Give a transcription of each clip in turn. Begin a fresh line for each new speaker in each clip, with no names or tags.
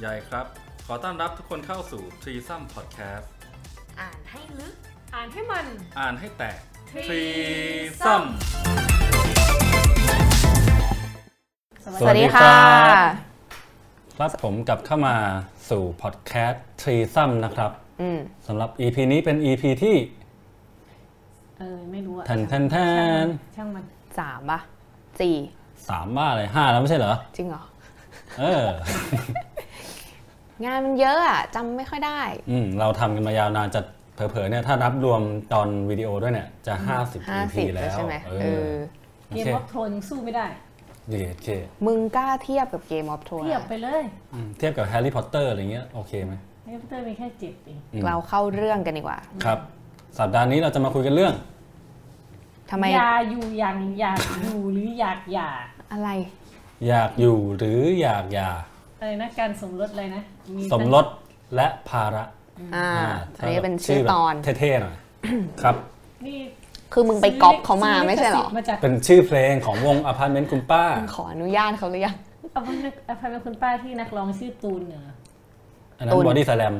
ใหญ่ครับ ขอต้อนรับทุกคนเข้าสู่ t r e e s o m Podcast
อ่านให้ลึก
อ่านให้มัน
อ่านให้แตก
Threesome
สวัสดีครับ รับผมกลับเข้ามาสู่ Podcast t r e e s o m นะครับ
อืม
สำหรับ EP นี้เป็น EP ที่
เออ ไม่รู้อะ
ทันทันทน
ช่างมัน
สามป่ะสี่
สามบ้าเลยห้าแล้วไม่ใช่เหรอ
จริงเหรอ
เออ
งานมันเยอะอะจำไม่ค่อยได้
อืมเราทำกันมายาวนานจะเผลอๆเนี่ยถ้านับรวมตอนวิดีโอด้วยเนี่ยจะ 50
ห้า
EP
สิบ
แล้ว
ใช่ไหม
เอ
เอ
อ
อ
โอ
เรียน
เค
ว่าโทนสู้ไม่ได้
เดี๋ยวโอเค
มึงกล้าเทียบกับเกมออฟทร
เทียบไปเลย
อืมเทียบกับแฮร์รี่พอตเตอร์อะไรเงี้ยโอเคไหม
แฮร์รี่พอตเตอร์มีแค่เจ็ดเอง
อืม
เราเข้าเรื่องกันดีกว่า
ครับ สัปดาห์นี้เราจะมาคุยกันเรื่อง
ทำไม
อยาอยู่ยังอยากอยู่หรืออยากหย่า
อะไร
อยากอยู่หรืออยากหย่า
อะไรนะการสมรสอะไรนะ
สมรสและภาระ
อ่า
า
อันนี้เป็นชื่อตอน
แบบเท่ๆหน่อย ครับ
นี่
คือมึงไปก๊อปเขามาไม่ใช่เหรอ
ซื้ลิขสิทธิ์มาจาก
เป็นชื่อเพลงของวงอพาร์ตเมนต์คุณป้า
มึงขออนุญาตเขาหรือยัง
เอาเป็นเอาเป็นคุณป้าที่นักร้องชื่อตูนเหรอ
อันนั้
ตุ
น
น
บอดี้สแลม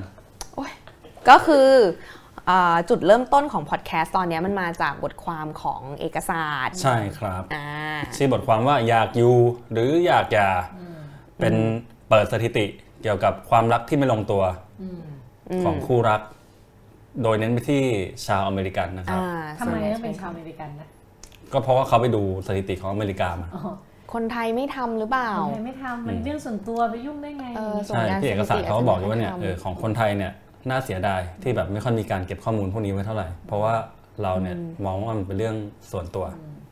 ก็คืออ่าจุดเริ่มต้นของพอดแคสต์ตอนเนี้ยมันมาจากบทความของเอกสาร
ใช่ครับ
อ่า
ชื่อบทความว่าอยากอยู่หรืออยากหย่าเป็นเปิดสถิติเกี่ยวกับความรักที่ไม่ลงตัว
อืม
ของคู่รัก โดยเน้นไปที่ชาวอเมริกันนะครับ
อ่า
ทำไมต้องเป็นชาวอเมริกันนะ
ก็เพราะว่าเขาไปดูสถิติของอเมริกามา
อ๋อ
คนไทยไม่ทำหรือเปล่า
คนไทยไม่ทำมันเรื่องส่วนตัวไปยุ่งได้ไง
เออ ส่วน
ใช่
งาน
ที่เอกสาร
สถิติ
เขาก็บอกอยู่ว่าเนี่ย
อาจจะไม่
เอ
ได้
อ
ทำ
ของคนไทยเนี่ยน่าเสียดายที่แบบไม่ค่อยมีการเก็บข้อมูลพวกนี้ไว้เท่าไหร่ เพราะว่าเราเนี่ยมองว่ามันเป็นเรื่องส่วนตัว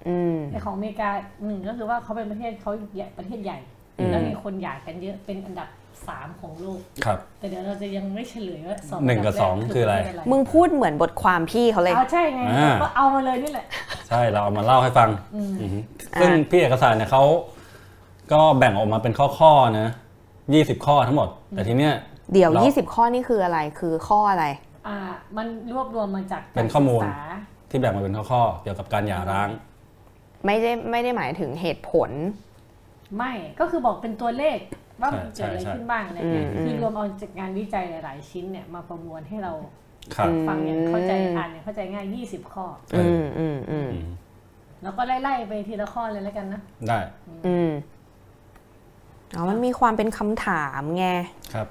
อืม
แต่ของอเมริกาหนึ่งก็คือว่าเขาเป็นประเทศเขาใหญ่ประเทศใหญ่
อืม
แล้วมีคนหย่ากันเยอะเป็นอันดับสามของโลก
ครับ
แต่เดี๋ยวเราจะยังไม่เฉลยว่าสอง
หนึ่งกับสองคืออะไร
มึงพูดเหมือนบทความพี่เขาเลย
เอาใช่ไง
อ่า
ก็เอามาเลยนี่แหละ
ใช่เราเอามาเล่าให้ฟังอือฮึซึ่ง
อ่ะ
พี่เอกสารเนี่ยเขาก็แบ่งออกมาเป็นข้อๆนะยี่สิบข้อทั้งหมด แต่ทีเนี้ย
เดี๋ยว
เรายี่
20 ข้อนี่คืออะไรคือข้ออะไร
อ่า มันรวบรวมมาจาก
เป็นข้อมูล
การศึกษา
ที่แบ่งมาเป็นข้อๆเกี่ยวกับการหย่าร้าง
ไม่ได้ไม่ได้หมายถึงเหตุผล
ไม่ก็คือบอกเป็นตัวเลขว่ามัน
ใช่
เกิดอะไร
ใช่
ขึ้นบ้างอะไรเงี้ย
อืม
คือรวมเอาจากงานวิจัยหลาย ๆ ชิ้นเนี่ยมาประมวลให้เรา
ครับ
ฟังอย่างเข้าใจอ่านอย่างเข้าใจง่าย 20 ข้อ
เอ
อื
อ
มอืมอืม
อืม
แล้วก็ไล่ ๆ ไปทีละข้อเลยแล้วกันนะ
ได้
อืมอ๋อมันมีความเป็นคำถามไง
ครับ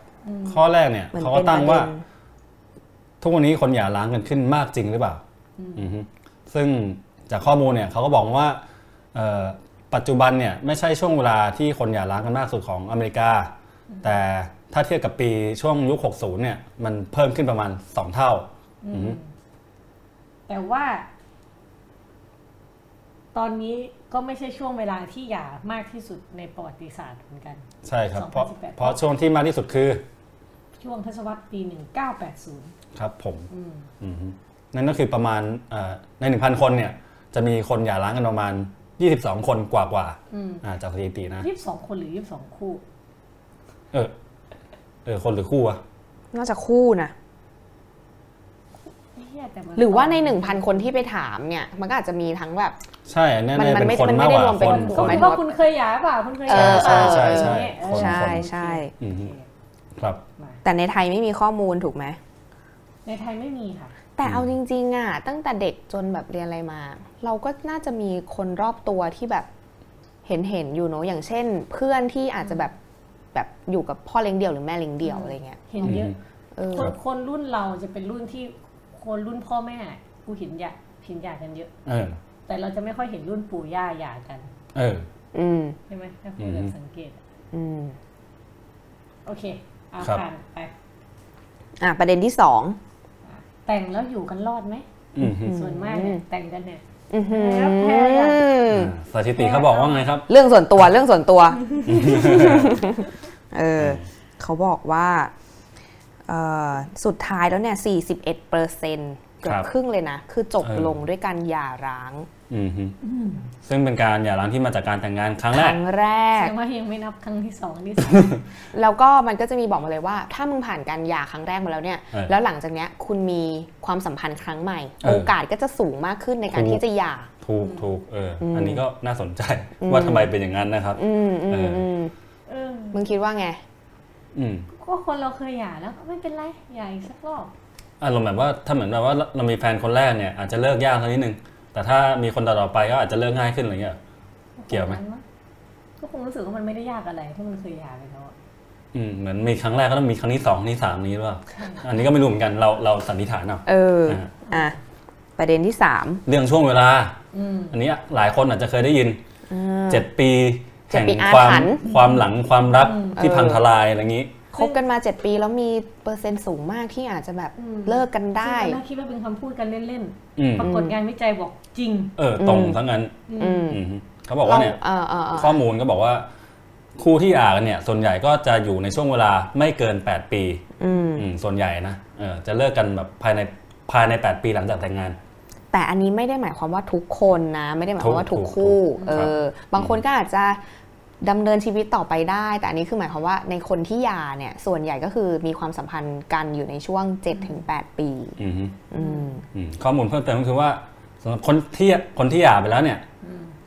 ข้อแรกเนี่ย
เหมือน
เขา
เป็
ก็
นป
ตั้ง
ระ
ว่า
เด็น
ทุกวันนี้คนหย่าร้างกันขึ้นมากจริงหรือเปล่าอือฮึซึ่งจากข้อมูลเนี่ยเขาก็บอกว่าเอ่อปัจจุบันเนี่ยไม่ใช่ช่วงเวลาที่คนหย่าร้างกันมากสุดของอเมริกา แต่ถ้าเทียบกับปีช่วงยุค 60 เนี่ยมันเพิ่มขึ้นประมาณ 2 เท่า
อืมแต่ว่า ตอนนี้ก็ไม่ใช่ช่วงเวลาที่หย่ามากที่สุดในประวัติศาสตร์เหมือนกัน
ใช่ครับ เพราะ
2018
เพราะช่วงที่มากที่สุดคือ
ช่วงทศวรรษปี 1980
ครับผม
อืม
อือฮึนั่นก็คือประมาณเอ่อใน 1,000 คนเนี่ยจะมีคนหย่าร้างกันประมาณ 22 คนกว่ากว่าๆ
อืม
อ่าจากสถิตินะ
ยี่สิบสองคนหรือยี่สิบสองคู่
เออเออคนหรือคู่อะ
นอกจากคู่นะ หรือว่าใน 1,000 คนที่ไปถามเนี่ย มันก็อาจจะมีทั้งแบบ
ใช่อันเนี้ย
มัน
เนี่ย
มัน
เป็น
ไม่
คน
มันไม่
มากก
ได้
ว่าร
วมเป็
ค
น
น
บุค
คน
ล
ก็คือว่าคุณเคยหย่าเปล่าคุณเคยหย่าเปล่า
ใช่ใช่
อะไร
ใช่
เงี้ยเออ
ใช่
คน
ใช่
อืม
โอเค
ครับ
มา
แต่ในไทยไม่มีข้อมูลถูกไหม
ในไทยไม่มีค่ะ
แต่เอาจริงๆอะตั้งแต่เด็กจนแบบเรียนอะไรมา เราก็น่าจะมีคนรอบตัวที่แบบเห็นเห็นๆอยู่เนอะอย่างเช่น เพื่อนที่อาจจะแบบแบบอยู่กับพ่อเลี้ยงเดี่ยวหรือแม่เลี้ยงเดี่ยวอะไรเงี้ย
เห็นเยอะ
เออ
คนคนรุ่นเราจะเป็นรุ่นที่คนรุ่นพ่อแม่กูเห็นหย่าเห็นหย่ากันเยอะ
เออ
แต่เราจะไม่ค่อยเห็นรุ่นปู่ย่าหย่ากัน
เออ
อืม
ใช่ไหมถ้าคุณแบบสังเกต
อืม
โอเคเอา
ครับ
ผ่านไป
อ่ะประเด็นที่สอง
แต่งแล้วอยู่กันรอดไหม
อืมฮึ
ส่วนมากเนี่ยแต่งกันเนี่ย
อื้อหือ
แล้วแพ้อะไรอ่ะ
สถิติเขาบอกว่าไงครับ
เรื่องส่วนตัวเรื่องส่วนตัว เออเขาบอกว่าเอ่อสุดท้ายแล้วเนี่ย41เปอร์เซ็นต์เกือบ
ครับ
ครึ่งเลยนะ คือจบ
เออ
ลงด้วยการหย่าร้าง
อืมฮึซึ่งเป็นการหย่าร้างที่มาจากการแต่งงานครั้ง
ค
แรก
รั้งแร
แส
ก
ดงว่ายังไม่นับครั้งที่สองที่สาม
แล้วก็มันก็จะมีบอกมาเลยว่า ถ้ามึงผ่านการหย่าครั้งแรกมาแล้วเนี่ย
เออ
แล้วหลังจากเนี้ยคุณมีความสัมพันธ์ครั้งใหม่
เออ
โอกาสก็จะสูงมากขึ้นในการ
ถูก
ที่จะหย่า
ถูกถูกเอออ
ม
อันนี้ก็น่าสนใจ
อืม
ว่าทำไมเป็นอย่างนั้นนะครับ
อืมอื
เอ
ม
ออื
ม
เออ
มึงคิดว่าไง
อืม
ก็คนเราเคยหย่าแล้วไม่เป็นไรหย่าอีกสักรอบ
อารมณ์แบบว่าถ้าเหมือนแบบว่าเรามีแฟนคนแรกเนี่ยอาจจะเลิกยากสักนิดนึง แต่ถ้ามีคนต่อๆไปก็อาจจะเลิกง่ายขึ้นอะไรเงี้ย เกี่ยวไหม
ก็คงรู้สึกว่ามันไม่ได้ยากอะไรเพราะมันเคยหย่าไปแล้วอะ
อืมเหมือนมีครั้งแรกก็ต้องมีครั้งที่สองครั้งที่สามนี้หรือเปล่าอันนี้ก็ไม่รู้เหมือนกันเราเราสันนิษฐานเอา
เออ
อ่า
อ่ะ ประเด็นที่สาม
เรื่องช่วงเวลา
อืม
อันนี้หลายคนอาจจะเคยได้ยิน
อ่า
เจ็ดปี
เจ็ด
แห่ง
ปีอา
ความ
ถรรพ์
ความหลังความรักที่
เออ
พังทลายอะไรอย่างนี้
คบกันมา 7 ปีแล้วมีเปอร์เซ็นต์สูงมากที่อาจจะแบบเลิกกันได้
ซึ่งตอนแรกคิดว่าเป็นคำพูดกันเล่น
อืม
ๆ ปรากฏงานวิจัยบอกจริง
เออตรงทั้งนั้น
อืม
อืมเขาบอกว่าเนี่ย
เออเออเออ
ข้อมูลก็บอกว่า คู่ที่หย่ากันเนี่ย ส่วนใหญ่ก็จะอยู่ในช่วงเวลาไม่เกิน 8 ปี
อืม
อืมส่วนใหญ่นะเออจะเลิกกันแบบภายในภายใน 8 ปีหลังจากแต่งงาน
แต่อันนี้ไม่ได้หมายความว่าทุกคนนะ ไม่ได้หมายความว่า
ถู
ทุ
ก
ก
ถูก
คู่ เอ
ครับ
อ บางคนก็อาจจะดำเนินชีวิตต่อไปได้ แต่อันนี้คือหมายความว่าในคนที่หยาเนี่ย ส่วนใหญ่ก็คือมีความสัมพันธ์กันอยู่ในช่วง 7-8 ปี
อืม
อืม
อืมข้อมูลเพิ่มเติมก็คือว่าสำหรับคนที่คนที่หย่าไปแล้วเนี่ย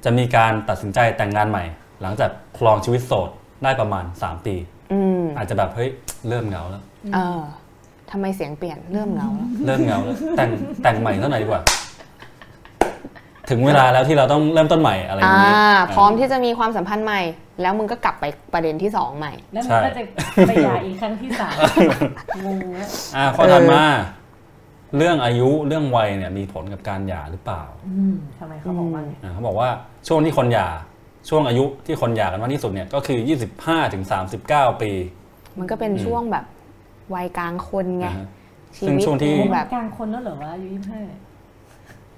จะมีการตัดสินใจแต่งงานใหม่ หลังจากครองชีวิตโสดได้ประมาณ 3 ปี
อืม
อาจจะแบบเฮ้ยเริ่มเหงาแล้ว
เออทำไมเสียงเปลี่ยนเริ่มเหงาแล้ว
เริ่มเหงาแล้วแต่งแต่งใหม่เท่าไหร่อยดีกว่า ถึงเวลาแล้วที่เราต้องเริ่มต้นใหม่อะไรอย่างนี้
อ่า พร้อมที่จะมีความสัมพันธ์ใหม่ แล้วมึงก็กลับไปประเด็นที่สองใหม่
แล้วมั
ใช่
นก็จะไปหย่าอีกครั้งที่ สาม งงแล้ว
อ่าข้อถัดมา เรื่องอายุเรื่องวัยเนี่ยมีผลกับการหย่าหรือเปล่า
อืมทำไมเขาบอกว่าไง
อ่าเขาบอกว่าช่วงที่คนหย่าช่วงอายุที่คนหย่ากันมากที่สุดเนี่ยก็คือ 25ถึง39 ปี
มันก็เป็นช่วงแบบวัยกลางคนไง
นะฮะ
ชี
ซึ่ง
วิต
ช่วงที่
คง
แบ
แบบ บ
กลางคนแล้วเหรอวะอายุยี่สิบห้า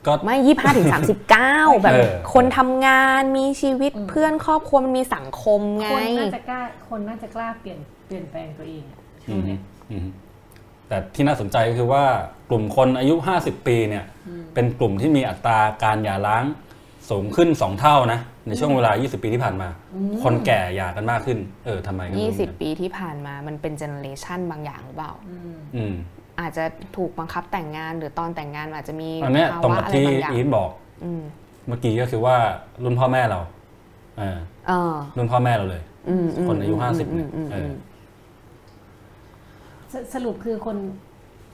ก็
ไม่ยี่ห้าถึงสามสิบเก้าแบบ
เออ
คนทำงานมีชีวิต
อืม
เพื่อนครอบครัวมันมีสังคมไง
คนน่าจะกล้าคนน่าจะกล้าเปลี่ยนเปลี่ยนแปลงตัวเองอะช่
อื
วง
ม
เนี้ย
อืมแต่ที่น่าสนใจก็คือว่ากลุ่มคนอายุ 50 ปีเนี่ย เป็นกลุ่มที่มีอัตราการหย่าร้างสูงขึ้น 2 เท่านะ ในช่วงเวลา 20 ปีที่ผ่านมา คนแก่หย่ากันมากขึ้น เออทำไมก็ไม่รู้เหมือนกัน
20 ปีที่ผ่านมามันเป็นเจเนอเรชันบางอย่างหรือเปล่า
อืม
อืม
อาจจะถูกบังคับแต่งงานหรือตอนแต่งงานอาจจะมี
อันเนี้ย
ภา
ตรง
วะ
กับ
อะไร
ที่
บางอย่าง
อีทบอก
อืม
เมื่อกี้ก็คือว่ารุ่นพ่อแม่เราเออ
เออ
รุ่นพ่อแม่เราเลย
อืมม
คนอายุ
ม
50เนี่ย
อืม
เอ
อื
อ
ม
สสรุปคือคน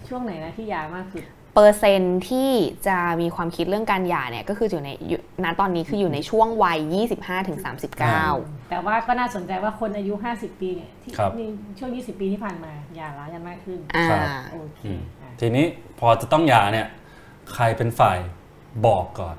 ช่วงไหนนะที่หย่ามากสุด
เปอร์เซ็นต์ที่จะมีความคิดเรื่องการหย่าเนี่ย ก็คืออยู่ในอยู่ณตอนนี้คืออยู่ในช่วงวัย 25-39
แต่ว่าก็น่าสนใจว่าคนอายุ 50 ปีเนี่ยที่
ครับ
มีช่วง 20 ปีที่ผ่านมาหย่าร้างกันมากขึ้น
อ่า
ครับ
โอเค
อืม
อ่ะ
ทีนี้พอจะต้องหย่าเนี่ย ใครเป็นฝ่ายบอกก่อน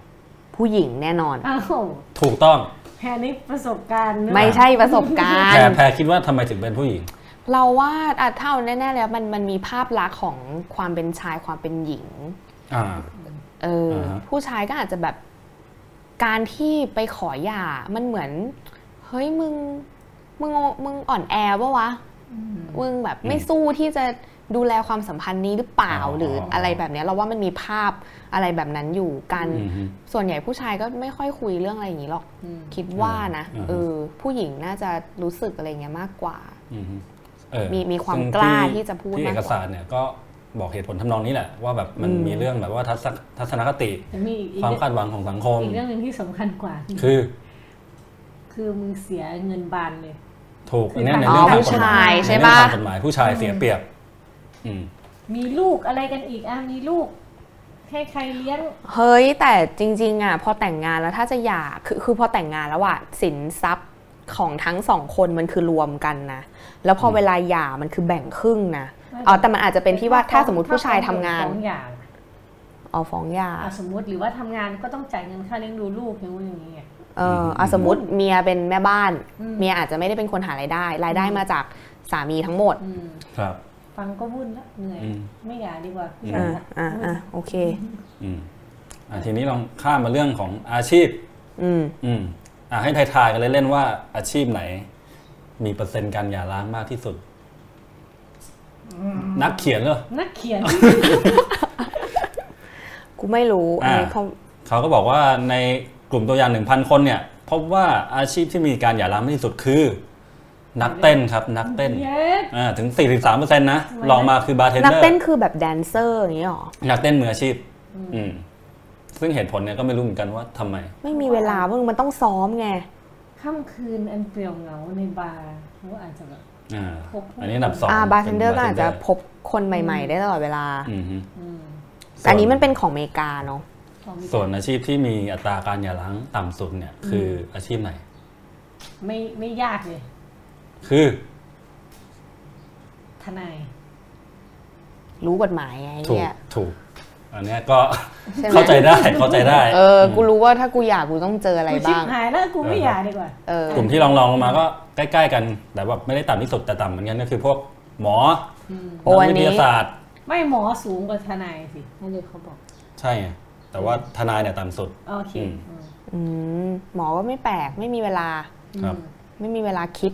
ผู้หญิงแน่นอน
อ้าว
ถูกต้อง
แพรนี่ประสบการณ์เนอะ
ไม่ใช่ประสบกา
แพ
ร
ร
ณ์
แพรคิดว่าทำไมถึงเป็นผู้หญิง
เราว่าอ่ะเท่าแน่ๆแล้วมันมันมีภาพลักษณ์ของความเป็นชายความเป็นหญิง
อ่า
เอออา
ฮะ
ผู้ชายก็อาจจะแบบการที่ไปขอหย่ามันเหมือน เฮ้ยมึงมึงมึงอ่อนแอปะวะ
อืม
มึงแบบไม่สู้ที่จะดูแลความสัมพันธ์นี้หรือเปล่า
อ๋อ
หรืออะไรแบบเนี้ยเราว่ามันมีภาพอะไรแบบนั้นอยู่กัน
อืมฮึ
ส่วนใหญ่ผู้ชายก็ไม่ค่อยคุยเรื่องอะไรอย่างนี้หรอก
อืม
คิดว่านะ
อ่าฮะ
เออผู้หญิงน่าจะรู้สึกอะไรเงี้ยมากกว่า
อืมฮึเออ
มีมีความ
ซึ่ง
กล้าที่จะพูด
ที่
มาก
เอก
ว่า
สารเนี่ยก็บอกเหตุผลทำนองนี้แหละ ว่าแบบมัน
อืม
มีเรื่องแบบว่าทัศนทัศนคติ
แต่มีอีก
ความ
เรื่อง
คาดหวังของสังคม
อีกเรื่องหนึ่งที่สำคัญกว่า
คือ
คือมึงเสียเงินบานเลย
ถูก
คือ
อันเนี้ยใน
อ๋อ
เรื่องทางกฎห
ผู้
มา
ชาย
ย
ใช่
ในเรื่อง
ปะ
ทางกฎหมายผู้ชายเสียเปรียบ อืม
มีลูกอะไรกันอีกอ่ะมีลูก ให้ใครเลี้ยง
เฮ้ยแต่จริงๆอ่ะพอแต่งงานแล้วถ้าจะหย่าคือคือพอแต่งงานแล้วอ่ะสินทรัพย์ของทั้งสองคนมันคือรวมกันนะ แล้วพอเวลาหย่ามันคือแบ่งครึ่งนะอ๋อแต่มันอาจจะเป็นที่ว่าถ้าสมมติผู้ชายทำงาน
สองอย่าง
อ๋อฟ้องหย่า
อ่ะสมมติหรือว่าทำงานก็ต้องจ่ายเงินค่าเลี้ยงดูลูกอย่างนู้นอย่างนี้ไง
เอออ่ะสมมติเมียเป็นแม่บ้าน
อืม
เมียอาจจะไม่ได้เป็นคนหารายได้ รายได้มาจากสามีทั้งหมด
อืม
ครับ
ฟังก็วุ่นละเหนื่อย
อืม
ไม่อยากดีกว่าผู้ชา
อ่าย
ละ
อ่าอ่าโอเค
อืมอ่ะทีนี้ลองข้ามมาเรื่องของอาชีพ
อืม
อืมอ่ะให้ทายๆกันเล่นๆว่าอาชีพไหน มีเปอร์เซ็นต์การหย่าร้างมากที่สุด นักเขียนเหรอ
นักเขียน
กูไม่รู้
อ่า
อันนี้เขา
เขาก็บอกว่าในกลุ่มตัวอย่าง 1,000 คนเนี่ย พบว่าอาชีพที่มีการหย่าร้างมากที่สุดคือ นักเต้นครับ นักเต้น
เยส
อ่าถึง 43%นะ
ทำไมนะ
รองมาคือบาร์เทน
นัก
เดอร์
เต้นคือแบบแดนเซอร์อย่างนี้หรอ
นักเต้นมืออาชีพ อืมซึ่งเหตุผลเนี่ยก็ไม่รู้เหมือนกันว่าทำไม
ไม่มีเวลามึงมันต้องซ้อมไง
ค่ำคืนอันเปลี่ยวเหงาในบาร์เขาอาจจะแบบ
อ่า
พบผู้
อันนี้อันดับสอง
อ่าบาร์เทนเดอร์
ป็
ก็อาจจะ
bartender
พบคนใหม่ ๆ ได้ตลอดเวลา
อืมฮึ
อืม
แต่อันนี้มันเป็นของอเมริกาเนาะ
ลองดู
ส่วนอาชีพที่มีอัตราการหย่าร้างต่ำสุดเนี่ยคืออาชีพไหน
ไม่ไม่ยากเลย
คือ
ทนาย
รู้กฎหมายไง
ถูก
เนี่ย
ถูก อันเนี้ยก็
ใช่ไหม
เข้าใจได้เข้าใจได้
เออกูรู้ว่าถ้ากูอยากกูต้องเจออะไร
กูชิบ
บ้าง
หายแล้วกูไม่อยากดีกว่า
เออ
กลุ่มที่ลองลองลงมาก็ใกล้ ๆ กัน แต่แบบไม่ได้ต่ำที่สุดแต่ต่ำเหมือนกันก็คือพวกหมอ
อืม
โอ้
นั
อัน
วิ
นี้
ทยาศาสตร์
ไม่หมอสูงกว่าทนายสินั่นเลยเขาบอก
ใช่ไงแต่ว่าทนายเนี่ยต่ำสุด
โอเค
อืม
อืม
อืมหมอก็ไม่แปลกไม่มีเวลา
ครับ
อืม
ไม่มีเวลาคิด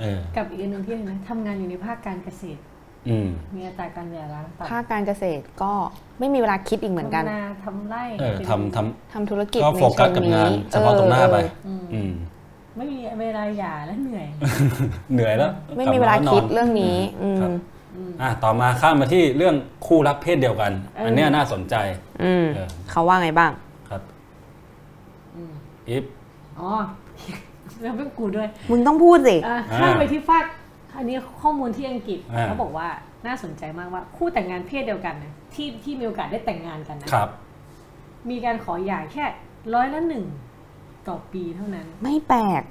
เออ
กับอีกอันหนึ่งที่เห็นนะทำงานอยู่ในภาคการเกษตร
อืม
มีอัตราการหย่าร้างต่ำ
ภาคการเกษตรก็ไม่มีเวลาคิดอีกเหมือนกัน
ทำนาทำไร่
เออทำท
ทำธุรกิจ
ำก็
ใน
โฟกัส
เชิง
กับ
นี้
งานเฉพาะตรงหน้าไป
เออ
อืม
อืม
ไม่มีเวลาหย่าและเหนื่อย
เหนื่อยแล้ว
ไม่มีเวลาคิดเรื่องนี้ อืม
ครับอ่ะต่อมาข้ามมาที่เรื่องคู่รักเพศเดียวกัน
เอออั
อันเนี้ยน่าสนใจ
อืม
เออ
เขาว่าไงบ้าง
ครับ
อืม
อีฟ
อ๋ อ แล้วเป็นกูด้วย
มึงต้องพูดสิ
อ่ะ
อ่า
ข้ามไปที่ฟากอันนี้ข้อมูลที่อังกฤษ
อ่า
เขาบอกว่าน่าสนใจมากว่าคู่แต่งงานเพศเดียวกันนะที่ที่มีโอกาสได้แต่งงานกันนะครับ มีการขอหย่าแค่ร้อยละหนึ่งต่อปีเท่านั้น
ไม่แปลก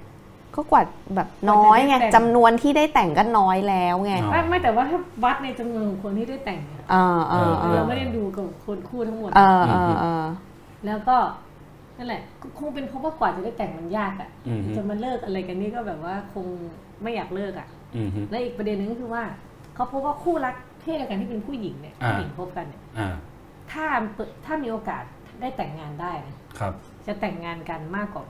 ก็กว่าแบบน้อยไง
กว่าจะได้แต่ง
จำนวนที่ได้แต่งก็น้อยแล้วไง
อ๋อ
ไม่ไม่แต่ว่าถ้าวัดในจำนวนของคนที่ได้แต่งเนี่ย
เออเออเออ
เราไม่ได้ดูกับคนคู่ทั้งหมด
เออเออเออ
แล้วก็นั่นแหละก็คงเป็นเพราะว่ากว่าจะได้แต่งมันยากอะ
อืมฮึ
จะมาเลิกอะไรกันนี่ก็แบบว่าคงไม่อยากเลิกอะ
อืมฮึ
และอีกประเด็นหนึงก็คือว่าเขาพบว่าคู่รักเพศเดียวกันที่เป็นผู้หญิงเนี่ย
อ่า
ผู้หญิงพบกันเนี่ย
อ่า
ถ้าเปิดถ้ามีโอกาสได้แต่งงานได้นะครับ จะแต่งงานกันมากกว่า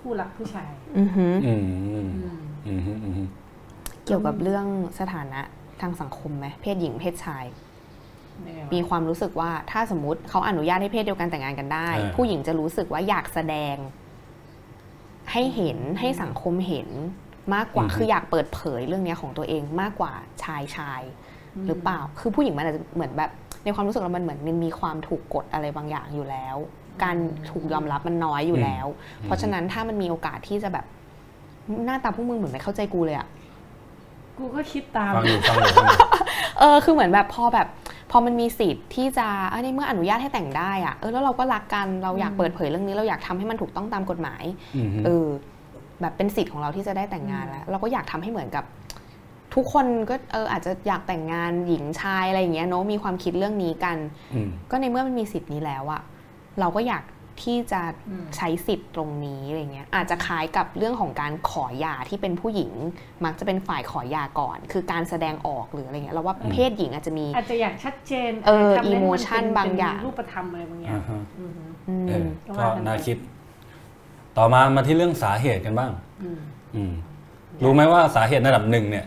คู่รักผู้ชาย
อือหือ
อืม
อืม
อืมฮึอืมฮึ
เกี่ยวกับเรื่องสถานะทางสังคมไหมเพศหญิงเพศชาย
ยังไงวะ
มีความรู้สึกว่าถ้าสมมติเขาอนุญาตให้เพศเดียวกันแต่งงานกันได้ ผู้หญิงจะรู้สึกว่าอยากแสดง ให้เห็นให้สังคมเห็นมากกว่าคืออยากเปิดเผยเรื่องเนี้ยของตัวเองมากกว่าชายชาย หรือเปล่า คือผู้หญิงมันอาจจะเหมือนแบบ ในความรู้สึกเรามันเหมือนมันมีความถูกกดอะไรบางอย่างอยู่แล้ว การถูกยอมรับมันน้อยอยู่แล้ว เพราะฉะนั้นถ้ามันมีโอกาสที่จะแบบหน้าตาพวกมึงเหมือนไม่เข้าใจกูเลยอะ
กูก็คิดตาม
ฟังอยู่ฟังอยู่ฟังอยู่
เออคือเหมือนแบบพอแบบพอมันมีสิทธิ์ที่จะเออในเมื่ออนุญาตให้แต่งได้อะเออแล้วเราก็รักกันเราอยาก
อืม
เปิดเผยเรื่องนี้เราอยากทำให้มันถูกต้องตามกฎหมาย
อืมฮึ
เออแบบเป็นสิทธิ์ของเราที่จะได้แต่งงานแล้ว เราก็อยากทำให้เหมือนกับ ทุกคนก็เอออาจจะอยากแต่งงานหญิงชายอะไรอย่างเงี้ยเนอะมีความคิดเรื่องนี้กัน
อืม
ก็ในเมื่อมันมีสิทธิ์นี้แล้วอะเราก็อยากที่จะ
อืม
ใช้สิทธิ์ตรงนี้อะไรเงี้ยอาจจะคล้ายกับเรื่องของการขอหย่าที่เป็นผู้หญิง มักจะเป็นฝ่ายขอหย่าก่อน คือการแสดงออกหรืออะไรเงี้ยเราว่าเพศหญิงอาจจะมี
อาจจะอยากชัดเจน
เออ
ทำให้เป็
emotion บางอย่าง
เป็นรูปธรรมอะไรบางอย่าง
อ่าฮะ
อือฮึ
อืม
เออ
ก็
ก็
ว่ากัน
น่าคิด ต่อมามาที่เรื่องสาเหตุกันบ้าง
อืม
อืมรู้ไหมว่าสาเหตุระดับหนึ่งเนี่ย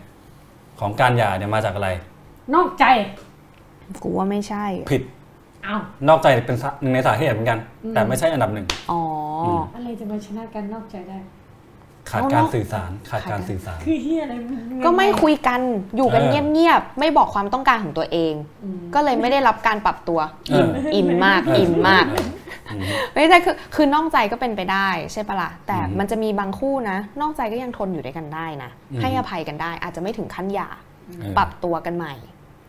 ของการหย่าเนี่ยมาจากอะไร
นอกใจ
กูว่าไม่ใช่
ผิด
อ้าว
นอกใจเป็นสาหนึ่งในสาเหตุเหมือนกัน
อืม
แต่ไม่ใช่อันดับหนึ่ง
อ๋ออ
ม
อะไรจะมาชนะกันนอกใจได้
ขาดการสื่อสารขาดการสื่อสาร
คือเฮียอะไรนยังง
ก็ไม่คุยกันอยู่กัน
เออ
เงียบๆไม่บอกความต้องการของตัวเอง
อืม
ก็เลยไม่ได้รับการปรับตัว
เอ
อิ
อ
นอินมาก
เอออิ
อินมาก
อืมฮึ
ไม่ใช่คือคือนอกใจก็เป็นไปได้ใช่ปะล่ะแต่
อือฮึ
มันจะมีบางคู่นะ นอกใจก็ยังทนอยู่ด้วยกันได้นะ
อือฮึ
ให้อภัยกันได้ อาจจะไม่ถึงขั้นหย่า
เออ
ปรับตัวกันใหม่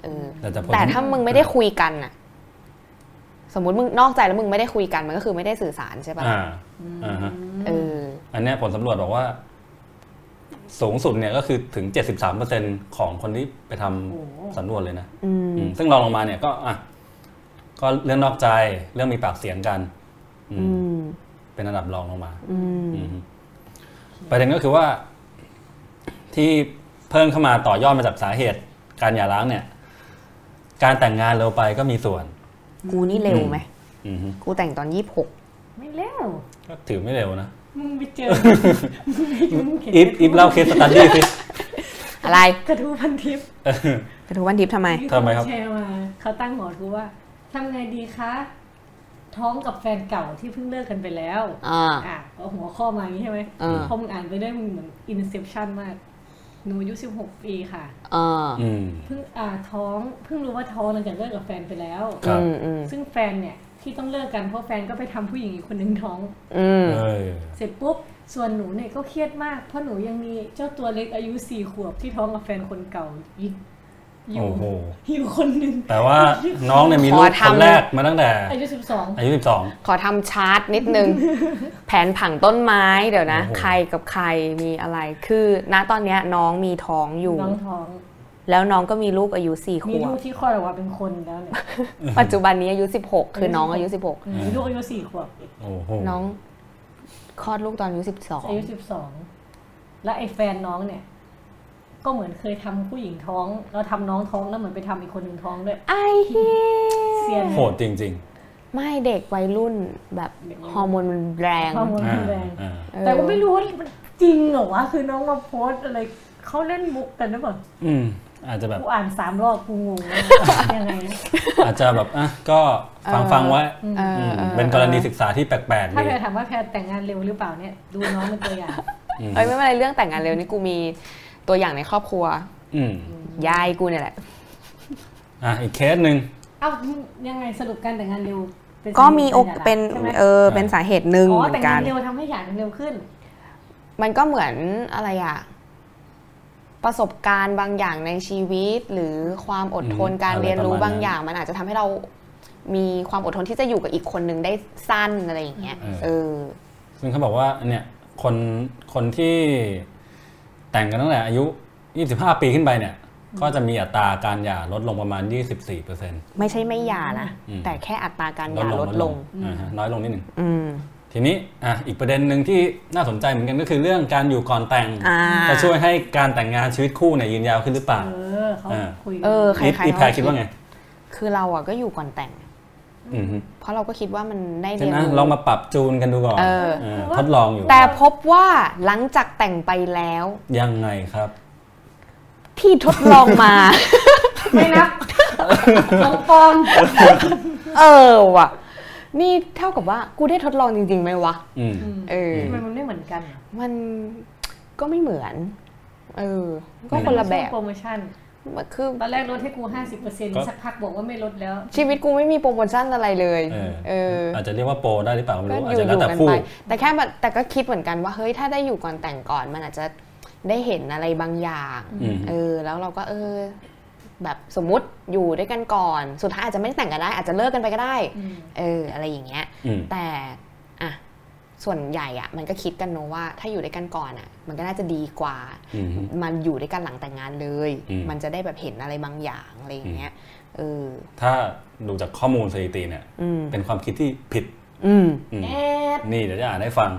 เออ
แต่จะพ้น
แต่ถ้ามึงไม่ได้คุยกันน่ะ สมมติมึงนอกใจแล้วมึงไม่ได้คุยกันมันก็คือไม่ได้สื่อสารใช่ปะ
อ่า
ล่ะ
อ่าฮะ
เออ
อันเนี้ยผลสำรวจบอกว่า สูงสุดเนี่ยก็คือถึง 73%ของคนที่ไปท
โอ้
ำสำรวจเลยนะ
อืม
อืมซึ่งรองลงมาเนี่ยก็อ่ะก็เรื่องนอกใจเรื่องมีปากเสียงกัน อืม
อืม
เป็นอันดับรองลงมา
อืม
อืมประเด็นก็คือว่าที่เพิ่มเข้ามาต่อยอดมาจากสาเหตุการหย่าร้างเนี่ย การแต่งงานเร็วไปก็มีส่วน
กูนี่เร็วไหม
อืมฮึ
กูแต่งตอนยี่สิบหก
ไม่เล้ว
ก็ถือไม่เร็วนะ
มึงไปเจอมึงเขียน
อีฟอีฟเล่าเคสสตัดดี้สิ
อะไร
กระทู้พันทิป
กระทู้วันทิพย์ทำไม
ทำไมครับ
แชร์มาเขาตั้งหมอทูว่าทำไงดีคะ ท้องกับแฟนเก่าที่เพิ่งเลิกกันไปแล้ว
อ่า
อ่ะก็หัวข้อมาอย่างนี้ใช่ไหม
เออ
พอมึงอ่านไปได้มึงเหมือนอินเซพชันมากหนูอายุ16 ปีค่ะ
อ่า
อืม
เพิ่งอ่าท้องเพิ่งรู้ว่าท้องหลังจากเลิกกับแฟนไปแล้ว
ครับ
อืมอืม
ซึ่งแฟนเนี่ย เท ที่ต้องเลิกกันเพราะแฟนก็ไปทำผู้หญิงอีกคนหนึ่งท้อง
อืม
เอ้ย
เสร็จปุ๊บ ส่วนหนูเนี่ยก็เครียดมาก เพราะหนูยังมีเจ้าตัวเล็กอายุสี่ขวบที่ท้องกับแฟนคนเก่าอีกอยู่
โอ้โห
อยู่คนหนึ่ง
แต่ว่าน้องเนี่ยมีลูก
ขอ
คน
ทำ
แรกมาตั้งแต่
อายุสิบสอง
อายุ 12
ขอทำชาร์ตนิดนึง แผนผังต้นไม้เดี๋ยวนะ
โอ้โห
ใครกับใครมีอะไรคือณตอนเนี้ยน้องมีท้องอยู่
น้องท้อง
แล้วน้องก็มีลูกอายุสี่ขว
มีลู
บ
กที่คลอดออกมาเป็นคนแล้วเนี่ย
ปัจจุบันนี้อายุ 16 คือน้องอายุ
มีลูกอายุสี่ขวบ
โอ้โห
16 น้องคลอดลูกตอนอายุ
อายุสิบสองและไอ้แฟนน้องเนี่ย ก็เหมือนเคยทำผู้หญิงท้องแล้วทำน้องท้องแล้วเหมือนไปทำอีกคนหนึ่งท้องด้วย
12ไอ้เหี้ย
เสียน
โหดจริง
ไม่เด็กวัยรุ่นแบบฮอร์โมนมันแรง
ฮอร์โมน
ๆอ่าอ่า
เออ
แต่ก็ไม่รู้ว่ามันจริงเหรอวะคือน้องมาโพสต์อะไรเขาเล่นมุกกันหรือเปล่า
อืมอาจจะแบบ
กูอ่านสามรอบกูงงว่ายังไงนะ
อาจจะแบบอ่ะก็ฟังฟังๆไว้
เออ
ม
ออ
เป็นกรณีศึกษาที่แปลกๆ
ถ้า
ดี
เธอถามว่าแพรแต่งงานเร็วหรือเปล่าเนี่ย ดูน้องเป็นตัวอย่าง
อืม
เอ้ยไม่เป็นไรเรื่องแต่งงานเร็วนี่กูมีตัวอย่างในครอบครัว
อืม
ยายกูเนี่ยแหละ
อ่ะอีกเคสหนึ่ง
เอ้ายังไงสรุปการแต่งงานเร็วเป็น
ก็มีโอก
สาหตุ
เป็น
ใช่ไหม
เออเป็นสาเหตุหนึ่ง
อ๋อ
เหมื
แต่
อง นกั
งาน
น
เร็วทำให้หย่ากันเร็วขึ้น
มันก็เหมือนอะไรอะประสบการณ์บางอย่างในชีวิต หรือความอดทน
อืม
การเรียนรู้
อะไรประมาณ
บางอย่าง มันอาจจะทำให้เรามีความอดทนที่จะอยู่กับอีกคนนึงได้สั้นอะไรอย่างเงี้ย
เออ
เออ
ซึ่งเขาบอกว่าเนี่ยคนคนที่แต่งกันตั้งแต่อายุ 25 ปีขึ้นไปเนี่ย ก็จะมีอัตราการหย่าลดลงประมาณ 24เปอร์เซ็นต์
ไม่ใช่ไม่หย่านะ
อืม
แต่แค่อัตราการหย่าลดลง
อ่าฮะน้อยลงนิดหนึ่ง
อืม
ทีนี้อ่ะอีกประเด็นหนึ่งที่น่าสนใจเหมือนกันก็คือเรื่องการอยู่ก่อนแต่ง
อ่า
จะช่วยให้การแต่งงานชีวิตคู่เนี่ยยืนยาวขึ้นหรือเปล่า
เออเขา
อ่า
คุยกัน
เออ ใครๆ
อีอีแพร
เขา
คิดว่าไง
คือเราอะก็อยู่ก่อนแต่ง
อืมฮึ
เพราะเราก็คิดว่ามันได้
ใช่
เรียน
ไหม
รู้
ลองมาปรับจูนกันดูก่อน
เออ
เออทดลองอยู่
แต่พบว่าหลังจากแต่งไปแล้ว
ยังไงครับ
ที่ทดลองมา
ไม่ นับน้องปอน
เออว่ะ นี่เท่ากับว่ากูได้ทดลองจริงๆไหมวะ
อืม
เออ
ทำไมมันไม่เหมือนกันอะ
มันก็ไม่เหมือน เออ ก็คนละแบ
ช่ว
บ
งโปรโมชั่น
คือ
ตอนแรกลดให้กู 50%
ก็
สักพักบอกว่าไม่ลดแล้ว
ชีวิตกูไม่มีโปรโมชั่นอะไรเลย
เออ
เออ
อาจจะเรียกว่าโปรได้หรือเปล่าไม่
ก็
รู้อา
อ
จจะ
ยู่อ
แล้ว
ยู่
แต่
กัน
คู่
ไป แต่แค่แบบแต่ก็คิดเหมือนกันว่า เฮ้ย ถ้าได้อยู่ก่อนแต่งก่อน มันอาจจะได้เห็นอะไรบางอย่าง
อืม
เออ แล้วเราก็เออ แบบสมมุติอยู่ด้วยกันก่อน สุดท้ายอาจจะไม่ได้แต่งกันได้ อาจจะเลิกกันไปก็ได้
อืม
เออ อะไรอย่างเงี้ย
อืม
แต่อะส่วนใหญ่อะมันก็คิดกันเนอะว่าถ้าอยู่ด้วยกันก่อนอะมันก็น่าจะดีกว่า
อืม
มันอยู่ด้วยกันหลังแต่งงานเลย
อืม
มันจะได้แบบเห็นอะไรบางอย่างอะไรอย่างเงี้ย เออ
ถ้าดูจากข้อมูลสถิติเนี่ย
อืม
เป็นความคิดที่ผิด
อืม
อืม
แอด
นี่เดี๋ยวจะอ่านให้ฟัง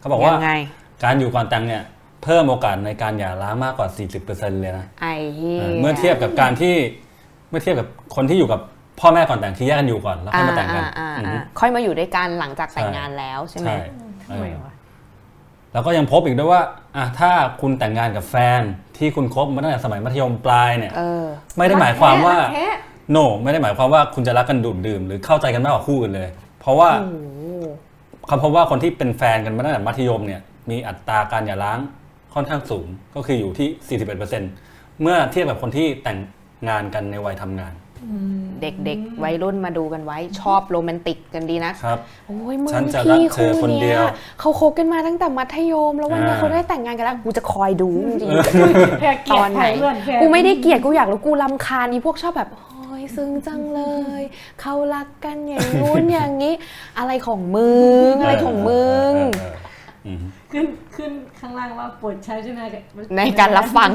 เขาบอกว่า
ยังไง
การอยู่ก่อนแต่งเนี่ย เพิ่มโอกาสในการหย่าร้างมากกว่า 40%เลยนะ
ไอ้เหี้ย
เอ่อเมื่อเทียบกับการที่เมื่อเทียบกับคนที่อยู่กับพ่อแม่ก่อนแต่งที่แยกกันอยู่ก่อนแล้วค่อยมาแต่งกัน
อ่าอ่า
อื
อ่าม ค่อยมาอยู่ด้วยกันหลังจากแต่ง
ใช่
งานแล้วใช่ไหม
ใช่
ทำไมวะ
แล้วก็ยังพบอีกด้วยว่าอ่ะถ้าคุณแต่งงานกับแฟนที่คุณคบมาตั้งแต่สมัยมัธยมปลายเนี่ย
เออ
ไม่ได้หมายความว่า
แท้
โน ไม่ได้หมายความว่าคุณจะรักกันดูดดื่มหรือเข้าใจกันมากกว่าคู่อื่นเลย เพราะว่า
โอ้โห
เขาพบว่าคนที่เป็นแฟนกันมาตั้งแต่มัธยมเนี่ยมีอัตราการหย่าร้างค่อนข้างสูงก็คืออยู่ที่ 41%เมื่อเทียบกับคนที่แต่งงานกันในวัยทำงาน
อืม
เด็กๆวัยรุ่นมาดูกันไว้ ชอบโรแมนติกกันดีนะครับ โอ้ยมึง
ฉันจะรัก
พี่
เธอคนเดี
เนี้
ย
ยว เขาคบกันมาตั้งแต่มัธยม แล้ววันนี้
อ่า
เขาได้แต่งงานกันแล้วกูจะคอยดูจริง
แพร
ๆ
เก
ต
ลีย
อ
ด
น
ใค
ไห
ร
น
เพื่อนแพร
กูไม่ได้เกลียดกูอยากรู้กูรำคาญอีพวกชอบแบบโอ้ยซึ้งจังเลย เขารักกันอย่างงู้นอย่างนี้ อะไรของมึงอะไรของมึง
เออเออเอออืม
ขึ้นขึ้นข้างล่างว่าโปวดใช้ใช่ไหม
ในการรับฟัง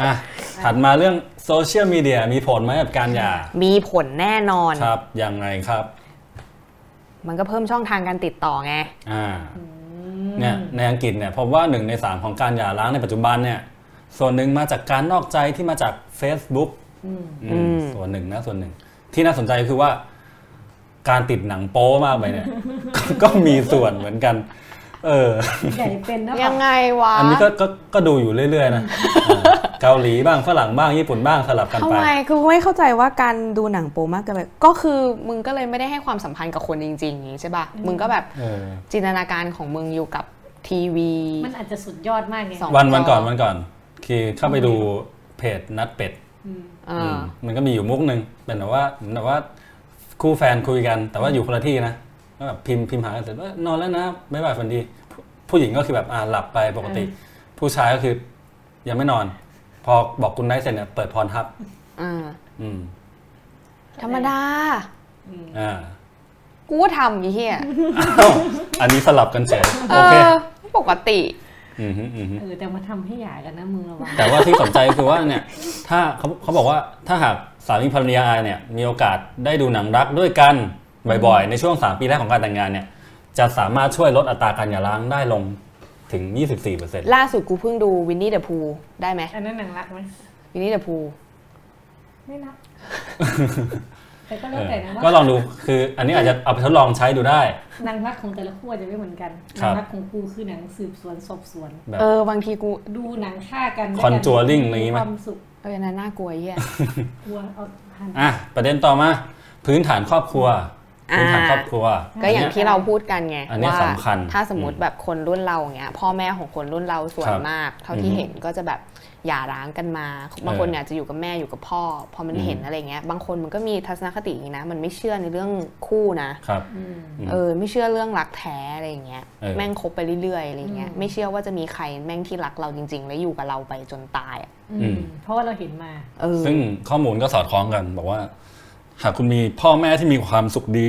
อ่ะถัดมาเรื่องโซเชียลมีเดียมีผลไหมกับการหย่า
มีผลแน่นอน
ครับยังไงครับ
มันก็เพิ่มช่องทางการติดต่อไง
อ่า
เนี่
เนี่ยยในอังกฤษเนี่ยพบว่าหนึ่งในสามของการหย่าร้างในปัจจุบันเนี่ยส่วนหนึ่งมาจากการนอกใจที่มาจาก Facebook อืม
อืม
ส่วนหนึ่งนะส่วนหนึ่ง ที่น่าสนใจคือว่า การติดหนังโป๊มากไปเนี่ย ก็มีส่วนเหมือนกัน เออ
ใหญ่เป็นนะ
ยังไงวะ
อันนี้ก็ก็ก็ดูอยู่เรื่อยๆนะอ่าเกาหลีบ้างฝรั่งบ้างญี่ปุ่นบ้างสลับกัน
ทำ
ไป
ไมคือไม่เข้าใจว่าการดูหนังโปมากเกินไปก็คือมึงก็เลยไม่ได้ให้ความสัมพันธ์กับคนจริงๆอย่างนี้ใช่ป่ะ มึงก็แบบ
เออ
จินตนาการของมึงอยู่กับทีวี
มันอาจจะสุดยอดมากไง
สอง
วันวัน
จ
ก่อนวันก่อน คือเข้าไปดูเพจนัดเป็ด
อืม
เอออ
มันก็มีอยู่มุกหนึ่งเป็นแบบว่าเหมือนแบบว่า คู่แฟนคุยกัน แต่ว่าอยู่คนละที่นะก็แบบพิมพ์พิมพ์หากันเสร็จว่านอนแล้วนะบ๊ายบายฝันดีผู้ผู้หญิงก็คือแบบอ่าหลับไปปกติ ผู้ชายก็คือยังไม่นอน พอบอกคุณไนท์เสร็จเนี่ยเปิดพรทับ
อ่า
อืม
ธรรมดา
อืม
อ่า
กูก็ทำไอ้เหี้ย
อ้าวอันนี้สลับกันเฉย
เอ
โอเค
อปกติ
อืมฮึอืมฮึ
เออแต่มาทำให้หยากันนะมึงระวัง
แต่ว่าที่สนใจคือว่าเนี่ย ถ้าเขาเขาบอกว่าถ้าหากสามีภรรยาเนี่ยมีโอกาสได้ดูหนังรักด้วยกันบ่อยๆ ในช่วง 3 ปีแรกของการแต่งงานเนี่ย จะสามารถช่วยลดอัตราการหย่าร้างได้ลงถึง 24เปอร์เซ็นต์
ล่าสุดกูเพิ่งดูวินนี่เดอะพูได้ไหม
อันนั้นหนังรักไหม
วินนี่เดอะพู
ไม่ นับ แต่ก็แล้วแต่นะ
ก็ลอ
ว่า
งดูคืออันนี้อาจจะเอาไปทดลองใช้ดูได้
หนังรักของแต่ละคู่อาจจะไม่เหมือนกัน
ค
ห
รั
นั
บ
รักของกูคือหนังสืบสวนสอบสวน
แบบ
เออบางทีกู
ดูหนังฆ่ากัน
Conjuring อะไรอย่างงี้ไหม
ความสุข
เออน่ากลัวไอ้เหี้ย
กลัวเอาหัน
อ่ะประเด็นต่อมาพื้นฐานครอบครัว
อ่า
พื้นฐานครอบครัว
ก็อย่างที่เราพูดกันไง
อันเนี้ย
ว่า
สำคัญ
ถ้าสมมติแบบคนรุ่นเราอย่างเงี้ยพ่อแม่ของคนรุ่นเราส่วน
ครับ
มาก เท่า
อือฮึ
ที่เห็นก็จะแบบหย่าร้างกันมาบางคน
เออ
เนี่ยจะอยู่กับแม่อยู่กับพ่อ พอมันเห็น
อืม
อะไรเงี้ยบางคนมันก็มีทัศนคติอย่างนี้นะ มันไม่เชื่อในเรื่องคู่นะ
ครับ
อืม
อืม
เออไม่เชื่อเรื่องรักแท้อะไรอย่างเงี้ย
เออ
แม่งคบไปเรื่อยๆอะไรเงี้ย
อืม
ไม่เชื่อว่าจะมีใครแม่งที่รักเราจริง ๆ แล้วอยู่กับเราไปจนตายอะ
อืมเพราะว่าเราเห็นมา
เออ
ซึ่งข้อมูลก็สอดคล้องกันบอกว่า หากคุณมีพ่อแม่ที่มีความสุขดี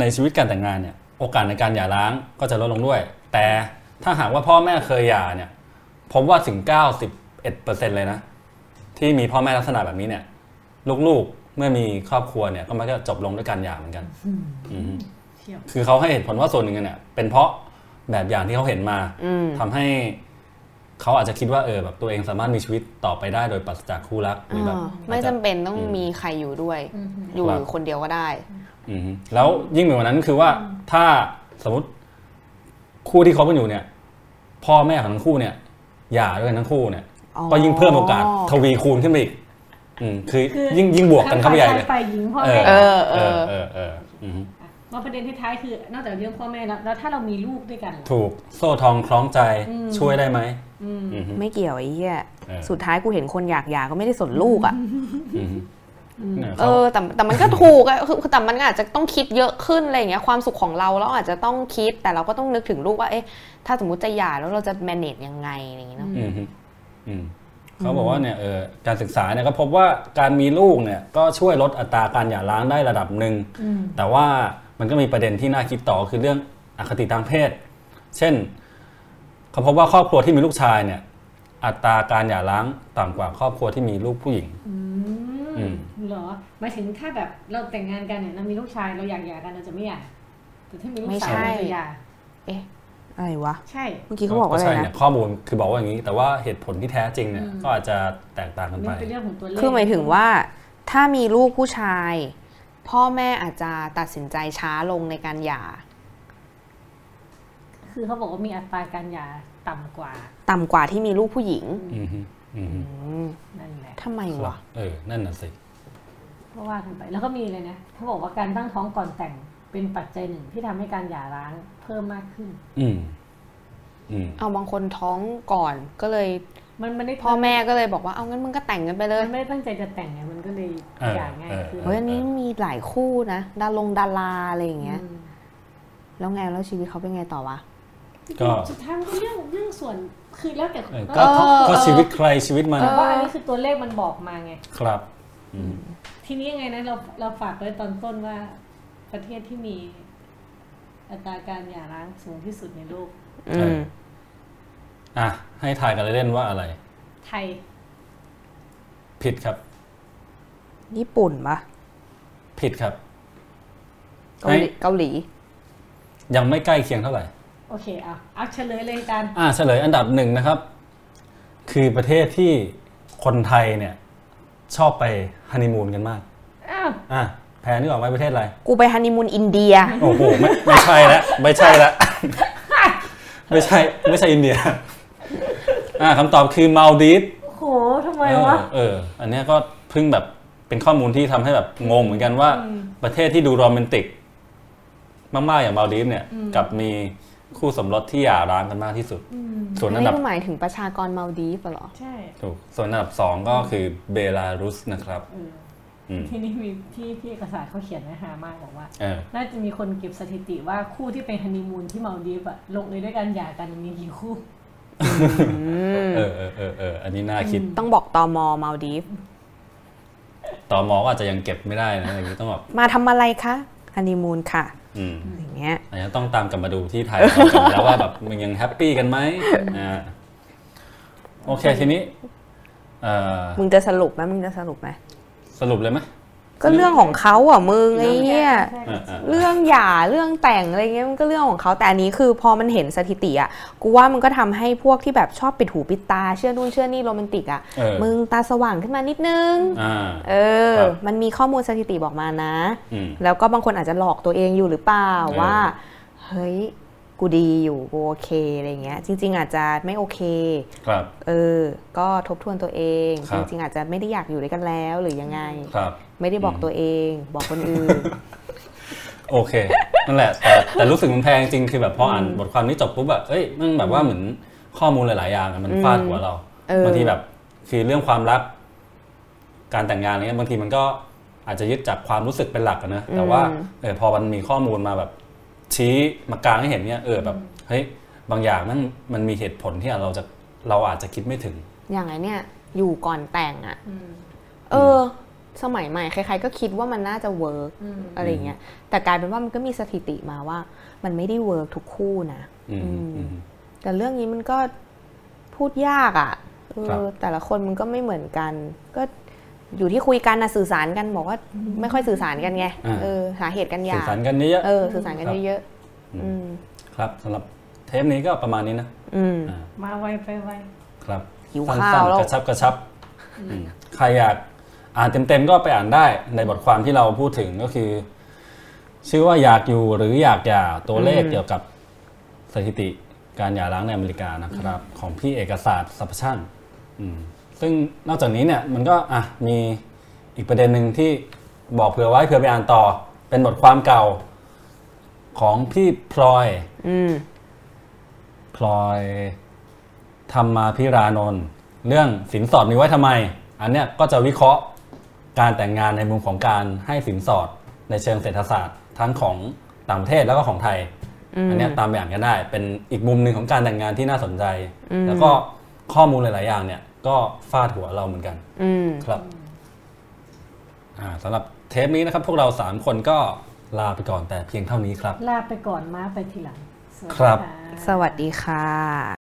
ในชีวิตการแต่งงานเนี่ย โอกาสในการหย่าร้างก็จะลดลงด้วย แต่ถ้าหากว่าพ่อแม่เคยหย่าเนี่ยพบว่าถึง 91%เลยนะ ที่มีพ่อแม่ลักษณะแบบนี้เนี่ย ลูกๆเมื่อมีครอบครัวเนี่ยก็มักจะจบลงด้วยการหย่าเหมือนกันอืม
เที่ยว
คือเขาให้เหตุผลว่าส่วนหนึ่งเนี่ยเป็นเพราะแบบอย่างที่เขาเห็นมา
อืม
ทำให้เขาอาจจะคิดว่าเออแบบตัวเองสามารถมีชีวิตต่อไปได้โดยปราศจากคู่รักหรือแบบ
อ่าไม่
อาะ
จำเป็นต้อง
อืม
มีใครอยู่ด้วย
อืม
อยู่
ครับ
คนเดียวก็ได้
อืมแล้วยิ่งไปกว่านั้นคือว่าถ้าสมมติคู่ที่คบกันอยู่เนี่ย พ่อแม่ของทั้งคู่เนี่ยหย่าด้วยกันทั้งคู่เนี่ย
อ๋อ
ก็ยิ่งเพิ่มโอกาสทวีคูณขึ้นไปอีกอืมคือ
คือ
ยิ่งยิ่งบวกกันเข้าไปใหญ่
ทั้
เล
ง
ย
ฝ่ายชายฝ่ายหญิงพ่อแม่
เออเออ
เออเอออืม
มาประเด็นที่ท้ายคือนอกจากเรื่องพ่อแม่แล้วแล้วถ้าเรามีลูกด้วยกันล่ะ
ถูกโซ่ทองคล้องใจ
อืม
ช่วยได้ไหม
อืม
อืม
ไม่เกี่ยวไอ้เหี้ย
เออ
สุดท้ายกูเห็นคนอยากหย่าก็ไม่ได้สนลูกอ่ะ
อืม
อืม
นี่ย
เอ
เขา
อ แต่แต่มันก็ถูกอะคือคือแต่มันก็อาจจะต้องคิดเยอะขึ้นอะไรอย่างเงี้ย ความสุขของเราเราอาจจะต้องคิด แต่เราก็ต้องนึกถึงลูกว่า เอ๊ะ ถ้าสมมติจะหย่าแล้วเราจะ manage ยังไงอะไรอย่างเงี้ยเนาะ
อืมฮึอืมเขาบอกว่าเนี่ยเออการศึกษาเนี่ยก็พบว่าการมีลูกเนี่ยก็ช่วยลดอัตราการหย่าร้างได้ระดับหนึ่ง
อืม
แต่ว่ามันก็มีประเด็นที่น่าคิดต่อคือเรื่องอคติทางเพศ เช่น เขาพบว่าครอบครัวที่มีลูกชายเนี่ย อัตราการหย่าร้างต่ำกว่าครอบครัวที่มีลูกผู้หญิง
อื
อื
ม
ม
เหรอหมายถึงถ้าแบบเราแต่งงานกันเนี่ยเรามีลูกชายเราอยากหย่ากันเราจะไม่หย่าแต่ถ้ามีลูก
ไม่
สา
ใช่
วเราจะหย่า
เอ๊ะ อะไรวะ
ใช่
เมื่อกี้เขาบอกว่าอะไร
ใช่
นะ
เนี่ยข้อมูลคือบอกว่าอย่างนี้ แต่ว่าเหตุผลที่แท้จริงเนี่ยก็อาจจะแตกต่างกันไป
มันเป็นเรื่องของตัวเลข
คือหมายถึงว่าถ้ามีลูกผู้ชาย พ่อแม่อาจจะตัดสินใจช้าลงในการหย่า
คือเขาบอกว่ามีอัตราการหย่าต่ำกว่า
ต่ำกว่าที่มีลูกผู้หญิง
อืมฮึอืมฮึ
อืม
นั่นแหละ
ทำไมวะ
เออนั่นน่ะสิ
ก็ว่ากันไปแล้วก็มีเลยนะเขาบอกว่าการตั้งท้องก่อนแต่งเป็นปัจจัยหนึ่งที่ทำให้การหย่าร้างเพิ่มมากขึ้น
อืมอืม
เอาบางคนท้องก่อนก็เลย
มันไม่ได้
พ่อแม่ก็เลยบอกว่าเอางั้นมึงก็แต่งกันไปเลย
มันไม่ได้ตั้งใจจะแต่งไงมันก็เลย
เออ
หย่าง่าย
เออ
ขึ้น
เฮ้ยอันนี้มีหลายคู่นะดารงดาราอะไรอย่างเงี้ย
อืม
แล้วไงแล้วชีวิตเขาเป็นไงต่อวะ
ก็
สุดท้ายมันก็เรื่องเรื่องส่วนคือแล้วแต่
เออ
แล้
ก็
ว
ก็
เออ
ก็ชีวิตใครชีวิตมัน
เ
แต่ว่าอันนี้คือตัวเลขมันบอกมาไง
ครับอืม
ทีนี้ยังไงนะเราเราฝากไว้ตอนต้นว่าประเทศที่มีอัตราการหย่าร้างสูงที่สุดในโลก
อืม
อ่ะให้ทายกันเล่นๆว่าอะไร
ไทย
ผิดครับ
ญี่ปุ่นปะ
ผิดครับ
เกาหลีเกาหลี
ยังไม่ใกล้เคียงเท่าไหร่
โอเคเอาเอาเฉลยเลยอาจารย์
อ่ะเฉลยอันดับหนึ่งนะครับ คือประเทศที่คนไทยเนี่ย ชอบไปฮันนีมูนกันมาก
อ้าว
อ่ะแพรนึกออกไหมประเทศอะไร
กูไปฮันนีมูนอินเดีย
โอ้โหไม่ไม่ใช่แล้วไม่ใช่แล้ว ไม่ใช่ ไม่ใช่อินเดีย อ่ะคำตอบคือมาลดีฟ
โอ้โหทำไมวะ
เออเออ อันเนี้ยก็เพิ่งแบบเป็นข้อมูลที่ทำให้แบบงงเหมือนกันว่า
อืม
ประเทศที่ดูโรแมนติก มากๆอย่างมาลดีฟเนี่ย
อืม
กลับมีคู่สมรสที่หย่าร้างกันมากที่สุด
อืม
ส่วน
อั
อั
น
น
นี้
ดับ
ก็หมายถึงประชากรมาลดีฟเหรอ
ใช่
ถูกส่วนอันดับสองก็คือเบลารุสนะครับ
เออ
อืม
ที่นี่มีที่ที่เอกสารเขาเขียนไว้ฮามากบอกว่า
เออ
น่าจะมีคนเก็บสถิติว่าคู่ที่ไปฮันนีมูนที่มาลดีฟอะลงเอยด้วย กันหย่ากันมีกี่คู่
เออเออเออเอออันนี้น่าคิด
ต้องบอกตอมอมาดีฟ
ตอมอก็อาจจะยังเก็บไม่ได้นะอย่างนี้ต้องแบบ
มาทำอะไรคะฮันนีมูนค่ะ
อืม
อย่างเงี้ย
อันนี้ต้องตามกลับมาดูที่ไทยแล้วว่าแบบมันยังแฮปปี้กันไหมอ่าโอเคทีนี้เอ่อ
มึงจะสรุปไหมมึงจะสรุปไหม
สรุปเลยไหม
ก็เรื่องของเขาอ่ะมึงไอ้เนี้ย
อ่าอ่า
เรื่องหย่าเรื่องแต่งอะไรเงี้ยมันก็เรื่องของเขาแต่อันนี้คือพอมันเห็นสถิติอ่ะกูว่ามันก็ทำให้พวกที่แบบชอบปิดหูปิดตาเชื่อนู่นเชื่อนี่โรแมนติกอ่ะ
เออ
มึงตาสว่างขึ้นมานิดนึง
อ่า
เออ
ครับ
มันมีข้อมูลสถิติบอกมานะ
อืม
แล้วก็บางคนอาจจะหลอกตัวเองอยู่หรือเปล่า
เออ
ว่า เฮ้ย กูดีอยู่กูโอเคอะไรเงี้ย จริง ๆ อาจจะไม่โอเค
ครับ
เออ ก็ทบทวนตัวเอง
ครั
จ
บ
ริง ๆ อาจจะไม่ได้อยากอยู่ด้วยกันแล้วหรือยังไง
ครับ
ไม่ได้บอกตัวเอง บอกคนอื่น
โอเค นั่นแหละ แต่แต่รู้สึกมันแพงจริงคือแบบพออ่านบทความนี้จบปุ๊บแบบเอ้ยมันแบบว่าเหมือนข้อมูลหลาย ๆ อย่างอะมันฟาดหัวเรา
เออ
บางทีแบบคือเรื่องความรัก การแต่งงานอะไรเงี้ยบางทีมันก็อาจจะยึดจากความรู้สึกเป็นหลักอะนะแต่ว่าเออพอมันมีข้อมูลมาแบบ ชี้มากลางให้เห็นเนี่ยเออแบบเฮ้ยบางอย่างมันมันมีเหตุผลที่เราจะเราอาจจะคิดไม่ถึง
อย่างไรเนี่ยอยู่ก่อนแต่งอะ่ะ
อืม
เออ สมัยใหม่ใครๆก็คิดว่ามันน่าจะเวิร์ก
อืม
อะไรเงี้ยแต่กลายเป็นว่ามันก็มีสถิติมาว่า มันไม่ได้เวิร์กทุกคู่นะ
อืมอืม
แต่เรื่องนี้มันก็พูดยากอะ่ะเออ
ครับ
แต่ละคนมันก็ไม่เหมือนกัน ก็อยู่ที่คุยกันนะสื่อสารกันบอกว่าไม่ค่อยสื่อสารกันไงเออหาเหตุกันอ
สื่
ย่า
อสารกันเยอะ
เออ สื่อสารกัน
ครับ
เยอะๆอืม
ๆครับสำหรับเทปนี้ก็ประมาณนี้นะ
อืม
อ่า
มาไวไปไว
ครับ
หิว
สั้นๆ
ข้าวแล้ว
กระชับกระชับอืมใครอยากอ่านเต็มๆก็ไปอ่านได้ในบทความที่เราพูดถึงก็คือ ชื่อว่าอยากอยู่หรืออยากหย่าตัวเลขเกี่ยวกับสถิติการหย่าร้างในอเมริกานะครับ ของพี่เอกศาสตร์สัพพชั่นอืมซึ่งนอกจากนี้เนี่ยมันก็อ่ะมีอีกประเด็นหนึ่งที่บอกเผื่อไว้เผื่อไปอ่านต่อ เป็นบทความเก่าของพี่พลอย
อืม
พลอยธรรมาพิรานนท์เรื่องสินสอดมีไว้ทำไม อันเนี้ยก็จะวิเคราะห์การแต่งงานในมุมของการให้สินสอดในเชิงเศรษฐศาสตร์ ทั้งของต่างประเทศแล้วก็ของไทย อันเนี้ยตามไปอ่านกันได้ เป็นอีกมุมหนึ่งของการแต่งงานที่น่าสนใจ แล้วก็ข้อมูลหลาย ๆ อย่างเนี่ยก็ฟาดหัวเราเหมือนกัน
อืม
ครับอ่าสำหรับเทปนี้นะครับ พวกเราสามคนก็ลาไปก่อนแต่เพียงเท่านี้ครับ
ลาไปก่อนมาไปทีหลังสวัสดี
ครับ
ะ
สวัสดีค่ะ